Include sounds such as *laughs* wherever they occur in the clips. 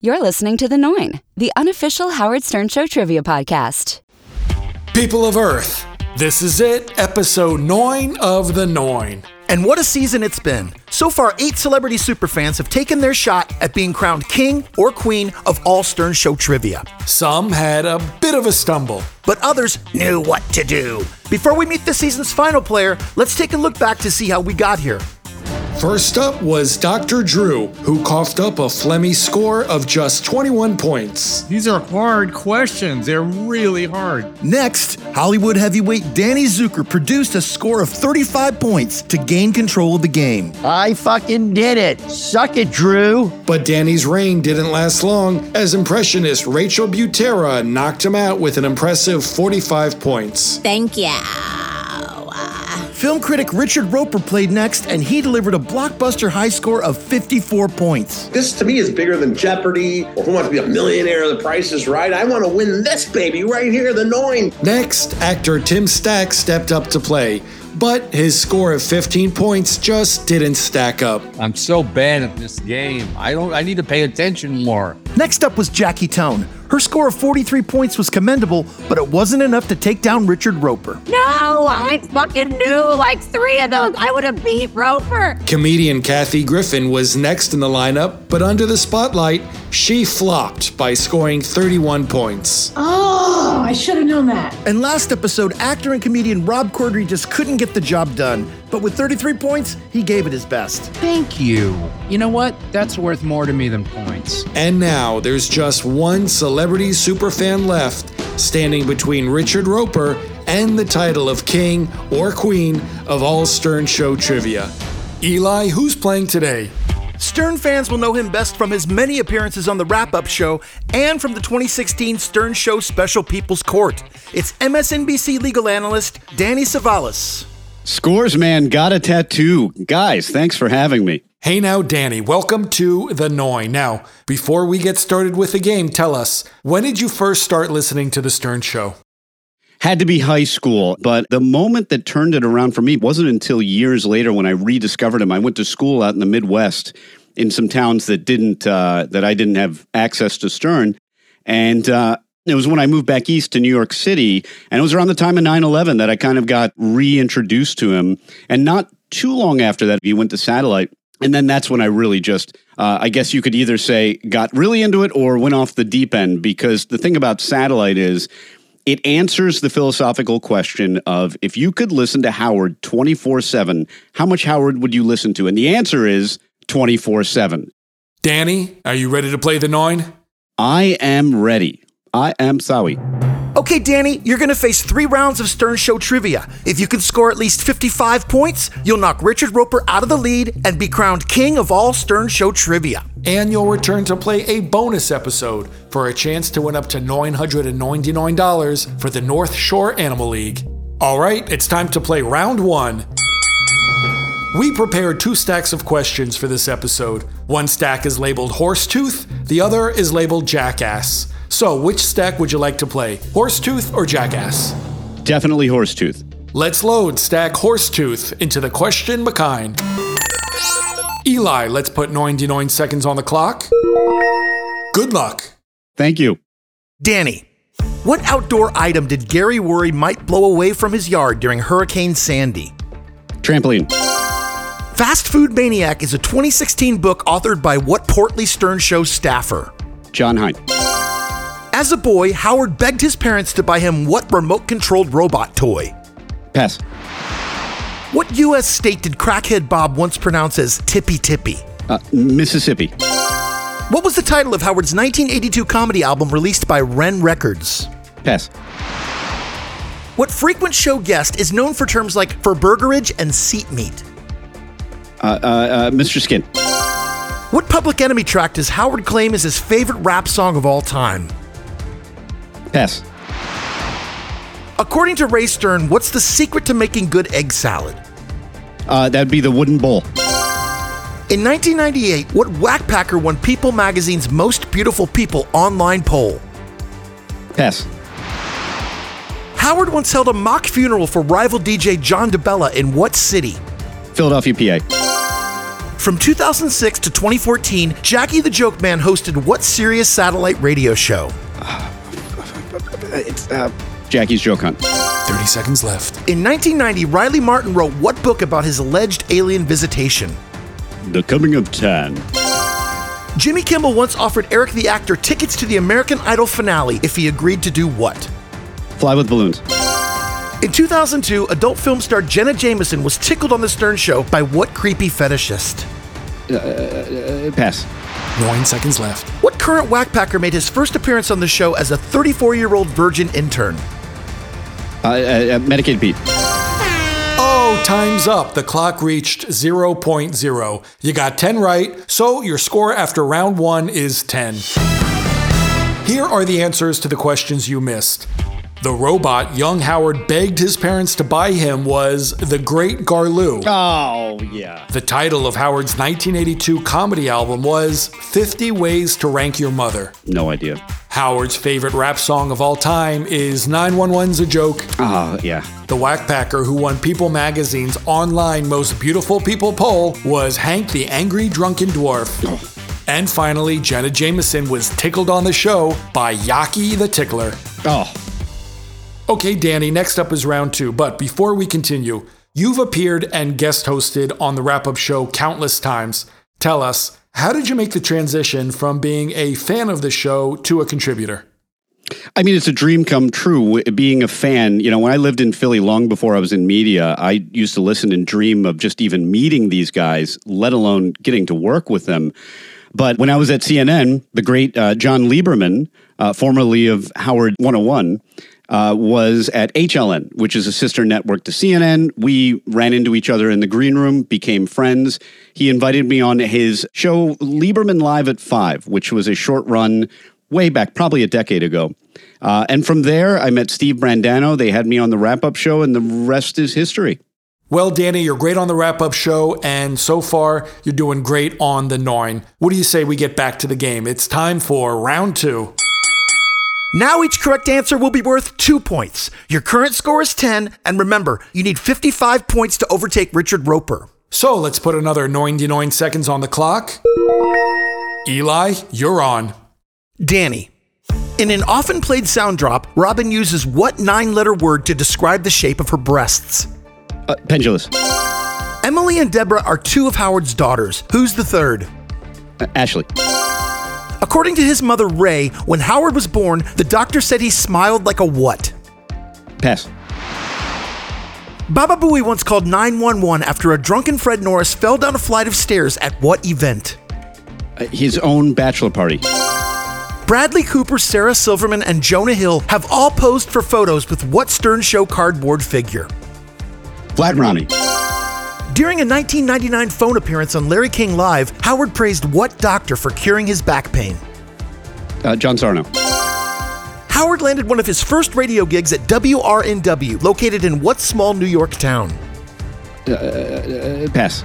You're listening to The Noin, the unofficial Howard Stern Show trivia podcast. People of Earth, this is it, episode 9 of The Noin. And what a season it's been. So far, eight celebrity superfans have taken their shot at being crowned king or queen of all Stern Show trivia. Some had a bit of a stumble. But others knew what to do. Before we meet this season's final player, let's take a look back to see how we got here. First up was Dr. Drew, who coughed up a phlegmy score of just 21 points. These are hard questions. They're really hard. Next, Hollywood heavyweight Danny Zucker produced a score of 35 points to gain control of the game. I fucking did it. Suck it, Drew. But Danny's reign didn't last long, as impressionist Rachel Butera knocked him out with an impressive 45 points. Thank you. Film critic Richard Roper played next, and he delivered a blockbuster high score of 54 points. This to me is bigger than Jeopardy or Who Wants to Be a Millionaire? The Price is Right. I want to win this baby right here, the nine. Next, actor Tim Stack stepped up to play, but his score of 15 points just didn't stack up. I'm so bad at this game. I don't I need to pay attention more. Next up was Jackie Tone. Her score of 43 points was commendable, but it wasn't enough to take down Richard Roper. No, I fucking knew like three of those. I would have beat Roper. Comedian Kathy Griffin was next in the lineup, but under the spotlight, she flopped by scoring 31 points. Oh, I should have known that. And last episode, actor and comedian Rob Corddry just couldn't get the job done, but with 33 points, he gave it his best. Thank you. You know what? That's worth more to me than points. And now there's just one celebrity superfan left, standing between Richard Roper and the title of King or Queen of all Stern Show trivia. Eli, who's playing today? Stern fans will know him best from his many appearances on the Wrap Up Show and from the 2016 Stern Show Special People's Court. It's MSNBC legal analyst Danny Savalas. Scores man got a tattoo. Guys, thanks for having me. Hey now, Danny, welcome to The Noy. Now, before we get started with the game, tell us, when did you first start listening to The Stern Show? Had to be high school, but the moment that turned it around for me wasn't until years later when I rediscovered him. I went to school out in the Midwest in some towns that didn't uh, that I didn't have access to Stern, and uh, it was when I moved back east to New York City, and it was around the time of 9/11 that I kind of got reintroduced to him, and not too long after that he went to Satellite. And then that's when I really just, uh, I guess you could either say got really into it or went off the deep end because the thing about satellite is it answers the philosophical question of if you could listen to Howard 24 7, how much Howard would you listen to? And the answer is 24 7. Danny, are you ready to play The Nine? I am ready. I am Sawi. Okay, Danny, you're going to face three rounds of Stern Show trivia. If you can score at least 55 points, you'll knock Richard Roper out of the lead and be crowned king of all Stern Show trivia. And you'll return to play a bonus episode for a chance to win up to $999 for the North Shore Animal League. All right, it's time to play round one. We prepared two stacks of questions for this episode. One stack is labeled horse tooth, the other is labeled jackass. So, which stack would you like to play, horse tooth or jackass? Definitely horse tooth. Let's load stack Horsetooth into the question McKine. Eli, let's put 99 seconds on the clock. Good luck. Thank you. Danny, what outdoor item did Gary worry might blow away from his yard during Hurricane Sandy? Trampoline. Fast Food Maniac is a 2016 book authored by what portly Stern Show staffer? John Hine. As a boy, Howard begged his parents to buy him what remote controlled robot toy? Pass. What U.S. state did crackhead Bob once pronounce as tippy tippy? Uh, Mississippi. What was the title of Howard's 1982 comedy album released by Ren Records? Pass. What frequent show guest is known for terms like for burgerage and seat meat? Uh, uh, uh, Mr. Skin. What Public Enemy track does Howard claim is his favorite rap song of all time? Pass. According to Ray Stern, what's the secret to making good egg salad? Uh, that'd be the wooden bowl. In 1998, what whackpacker won People magazine's Most Beautiful People online poll? Pass. Howard once held a mock funeral for rival DJ John DeBella in what city? Philadelphia, PA. From 2006 to 2014, Jackie the Joke Man hosted what serious satellite radio show? It's uh, Jackie's Joke Hunt. 30 seconds left. In 1990, Riley Martin wrote what book about his alleged alien visitation? The Coming of Tan. Jimmy Kimmel once offered Eric the actor tickets to the American Idol finale if he agreed to do what? Fly with Balloons. In 2002, adult film star Jenna Jameson was tickled on The Stern Show by what creepy fetishist? Uh, Pass. Nine seconds left. What current whackpacker made his first appearance on the show as a 34 year old virgin intern? Uh, uh, uh, Medicaid Pete. Oh, time's up. The clock reached 0.0. You got 10 right, so your score after round one is 10. Here are the answers to the questions you missed. The robot young Howard begged his parents to buy him was The Great Garloo. Oh, yeah. The title of Howard's 1982 comedy album was 50 Ways to Rank Your Mother. No idea. Howard's favorite rap song of all time is 911's a Joke. Ah, yeah. The whackpacker who won People Magazine's online Most Beautiful People poll was Hank the Angry Drunken Dwarf. And finally, Jenna Jameson was tickled on the show by Yaki the Tickler. Oh, Okay, Danny, next up is round two. But before we continue, you've appeared and guest hosted on the wrap up show countless times. Tell us, how did you make the transition from being a fan of the show to a contributor? I mean, it's a dream come true. w- Being a fan, you know, when I lived in Philly long before I was in media, I used to listen and dream of just even meeting these guys, let alone getting to work with them. But when I was at CNN, the great uh, John Lieberman, uh, formerly of Howard 101, uh, was at HLN, which is a sister network to CNN. We ran into each other in the green room, became friends. He invited me on his show, Lieberman Live at Five, which was a short run way back, probably a decade ago. Uh, and from there, I met Steve Brandano. They had me on the wrap up show, and the rest is history. Well, Danny, you're great on the wrap up show, and so far, you're doing great on the nine. What do you say we get back to the game? It's time for round two. Now each correct answer will be worth two points. Your current score is 10, and remember, you need 55 points to overtake Richard Roper. So let's put another 99 seconds on the clock. Eli, you're on. Danny. In an often played sound drop, Robin uses what nine letter word to describe the shape of her breasts? Uh, pendulous. Uh, Emily and Deborah are two of Howard's daughters. Who's the third? Uh, Ashley. According to his mother, Ray, when Howard was born, the doctor said he smiled like a what? Pass. Baba Booey once called 911 after a drunken Fred Norris fell down a flight of stairs at what event? Uh, his own bachelor party. Bradley Cooper, Sarah Silverman, and Jonah Hill have all posed for photos with what Stern Show cardboard figure? Flat Ronnie. During a 1999 phone appearance on Larry King Live, Howard praised what doctor for curing his back pain? Uh, John Sarno. Howard landed one of his first radio gigs at WRNW, located in what small New York town? Uh, pass.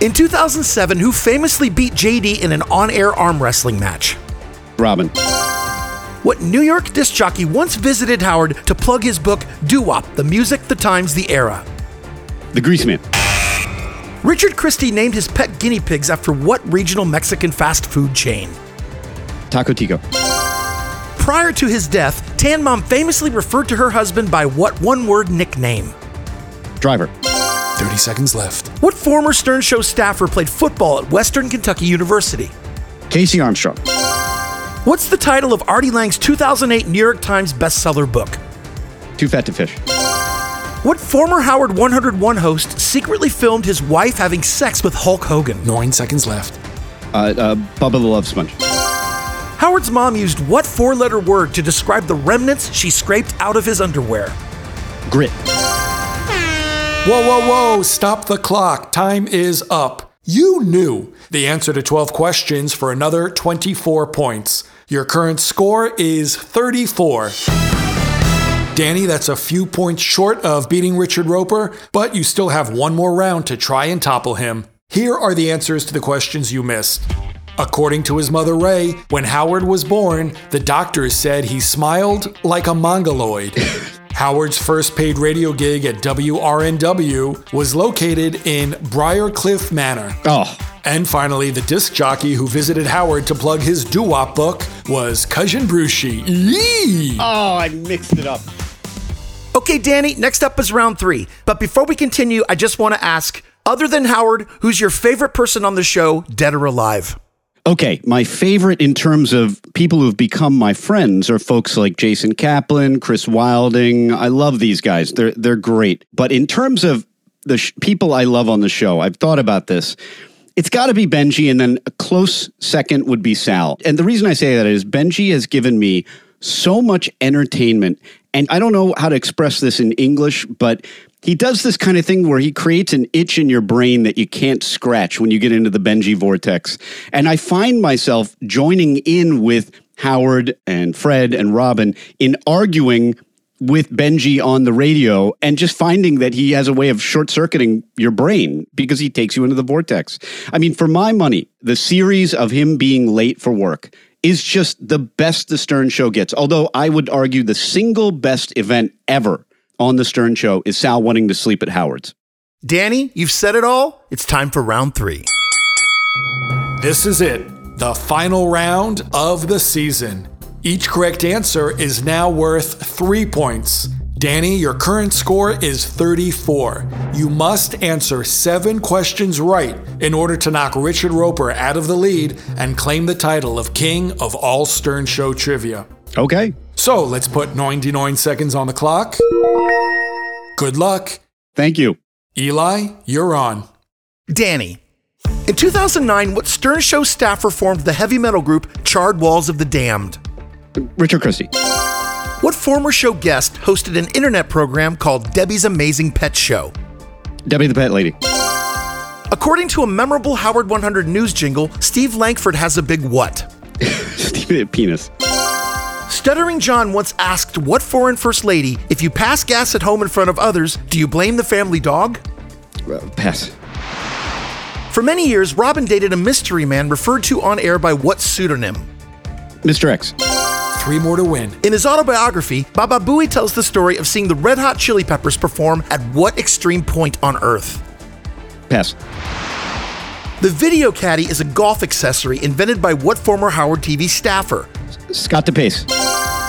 In 2007, who famously beat JD in an on air arm wrestling match? Robin. What New York disc jockey once visited Howard to plug his book, Doo Wop The Music, the Times, the Era? The Grease Man. Richard Christie named his pet guinea pigs after what regional Mexican fast food chain? Taco Tico. Prior to his death, Tan Mom famously referred to her husband by what one word nickname? Driver. 30 seconds left. What former Stern Show staffer played football at Western Kentucky University? Casey Armstrong. What's the title of Artie Lang's 2008 New York Times bestseller book? Too fat to fish. What former Howard 101 host secretly filmed his wife having sex with Hulk Hogan? Nine seconds left. Uh, uh, Bubba the Love Sponge. Howard's mom used what four letter word to describe the remnants she scraped out of his underwear? Grit. Whoa, whoa, whoa, stop the clock. Time is up. You knew the answer to 12 questions for another 24 points. Your current score is 34. Danny, that's a few points short of beating Richard Roper, but you still have one more round to try and topple him. Here are the answers to the questions you missed. According to his mother Ray, when Howard was born, the doctors said he smiled like a mongoloid. Howard's first paid radio gig at WRNW was located in Briarcliff Manor. Oh, And finally, the disc jockey who visited Howard to plug his doo wop book was Cousin Brucey. Yee! oh, I mixed it up. Okay, Danny, next up is round three. But before we continue, I just want to ask other than Howard, who's your favorite person on the show, dead or alive? Okay, my favorite in terms of people who've become my friends are folks like Jason Kaplan, Chris Wilding. I love these guys. They're they're great. But in terms of the sh- people I love on the show, I've thought about this. It's got to be Benji, and then a close second would be Sal. And the reason I say that is Benji has given me so much entertainment. And I don't know how to express this in English, but he does this kind of thing where he creates an itch in your brain that you can't scratch when you get into the Benji vortex. And I find myself joining in with Howard and Fred and Robin in arguing with Benji on the radio and just finding that he has a way of short circuiting your brain because he takes you into the vortex. I mean, for my money, the series of him being late for work is just the best the Stern Show gets. Although I would argue the single best event ever on the Stern Show is Sal wanting to sleep at Howard's. Danny, you've said it all. It's time for round three. This is it, the final round of the season. Each correct answer is now worth three points. Danny, your current score is 34. You must answer seven questions right in order to knock Richard Roper out of the lead and claim the title of King of All Stern Show Trivia. Okay. So let's put 99 seconds on the clock. Good luck. Thank you. Eli, you're on. Danny. In 2009, what Stern Show staffer formed the heavy metal group Charred Walls of the Damned? Richard Christie. What former show guest hosted an internet program called Debbie's Amazing Pet Show? Debbie the Pet Lady. *laughs* According to a memorable Howard 100 news jingle, Steve Langford has a big what? Penis. Stuttering John once asked what foreign first lady, if you pass gas at home in front of others, do you blame the family dog? Uh, pass. For many years, Robin dated a mystery man referred to on air by what pseudonym? Mr. X. Three more to win. In his autobiography, Baba Booey tells the story of seeing the Red Hot Chili Peppers perform at what extreme point on Earth? Pass. The video caddy is a golf accessory invented by what former Howard TV staffer? Scott DePace.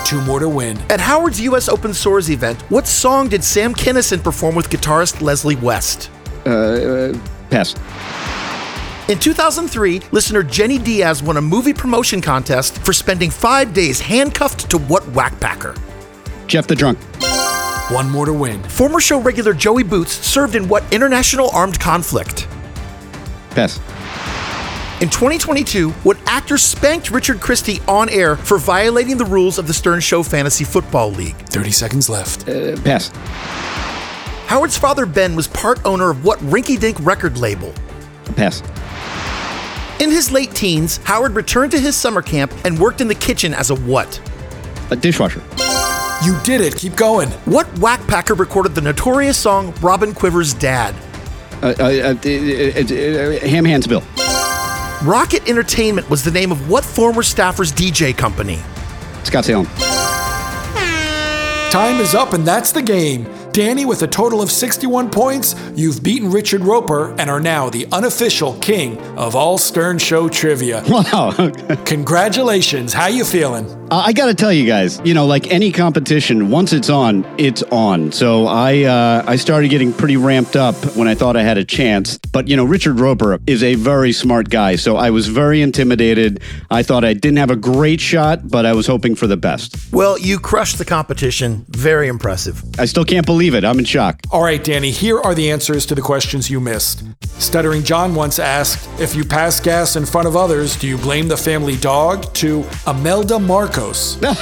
Two more to win. At Howard's US Open Source event, what song did Sam Kinison perform with guitarist Leslie West? Uh, Pass. In 2003, listener Jenny Diaz won a movie promotion contest for spending five days handcuffed to what whackpacker? Jeff the Drunk. One more to win. Former show regular Joey Boots served in what international armed conflict? Pass. In 2022, what actor spanked Richard Christie on air for violating the rules of the Stern Show Fantasy Football League? 30 seconds left. Uh, pass. Howard's father Ben was part owner of what rinky dink record label? Pass. In his late teens, Howard returned to his summer camp and worked in the kitchen as a what? A dishwasher. You did it. Keep going. What whackpacker recorded the notorious song Robin Quiver's Dad? Uh, uh, uh, uh, uh, ham hands bill. Rocket Entertainment was the name of what former staffer's DJ company? Scott Salem. *laughs* Time is up, and that's the game. Danny, with a total of 61 points, you've beaten Richard Roper and are now the unofficial king of all Stern Show trivia. Wow. Congratulations. How you feeling? Uh, I got to tell you guys, you know, like any competition, once it's on, it's on. So I uh, I started getting pretty ramped up when I thought I had a chance. But you know, Richard Roper is a very smart guy, so I was very intimidated. I thought I didn't have a great shot, but I was hoping for the best. Well, you crushed the competition. Very impressive. I still can't believe it. I'm in shock. All right, Danny, here are the answers to the questions you missed. Stuttering John once asked If you pass gas in front of others, do you blame the family dog? To Imelda Marcos. Baba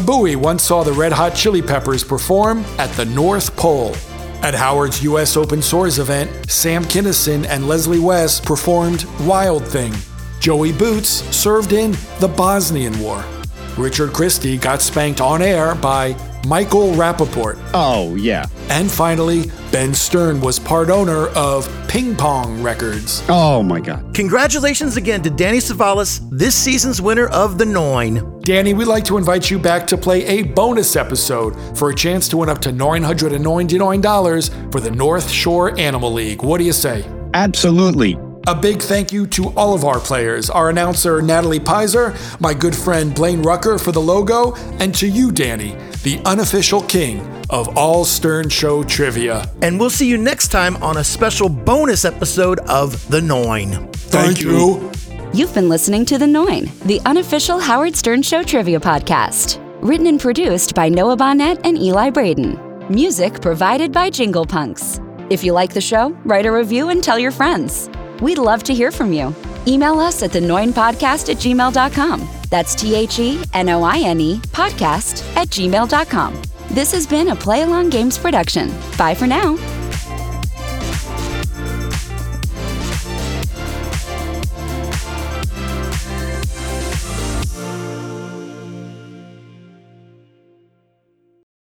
Booey once saw the Red Hot Chili Peppers perform at the North Pole. At Howard's U.S. Open Source event, Sam Kinison and Leslie West performed Wild Thing. Joey Boots served in the Bosnian War. Richard Christie got spanked on air by Michael Rappaport. Oh yeah. And finally, Ben Stern was part owner of Ping Pong Records. Oh my God. Congratulations again to Danny Savalas, this season's winner of the Nine. Danny, we'd like to invite you back to play a bonus episode for a chance to win up to $999 for the North Shore Animal League. What do you say? Absolutely. A big thank you to all of our players, our announcer Natalie Pizer, my good friend Blaine Rucker for the logo, and to you, Danny, the unofficial king of all Stern Show trivia. And we'll see you next time on a special bonus episode of The Nine. Thank, you. You've been listening to The Nine, the unofficial Howard Stern Show trivia podcast. Written and produced by Noah Bonnet and Eli Braden. Music provided by Jingle Punks. If you like the show, write a review and tell your friends. We'd love to hear from you. Email us at thenoinpodcast at gmail.com. That's T H E N O I N E podcast at gmail.com. This has been a Play Along Games production. Bye for now.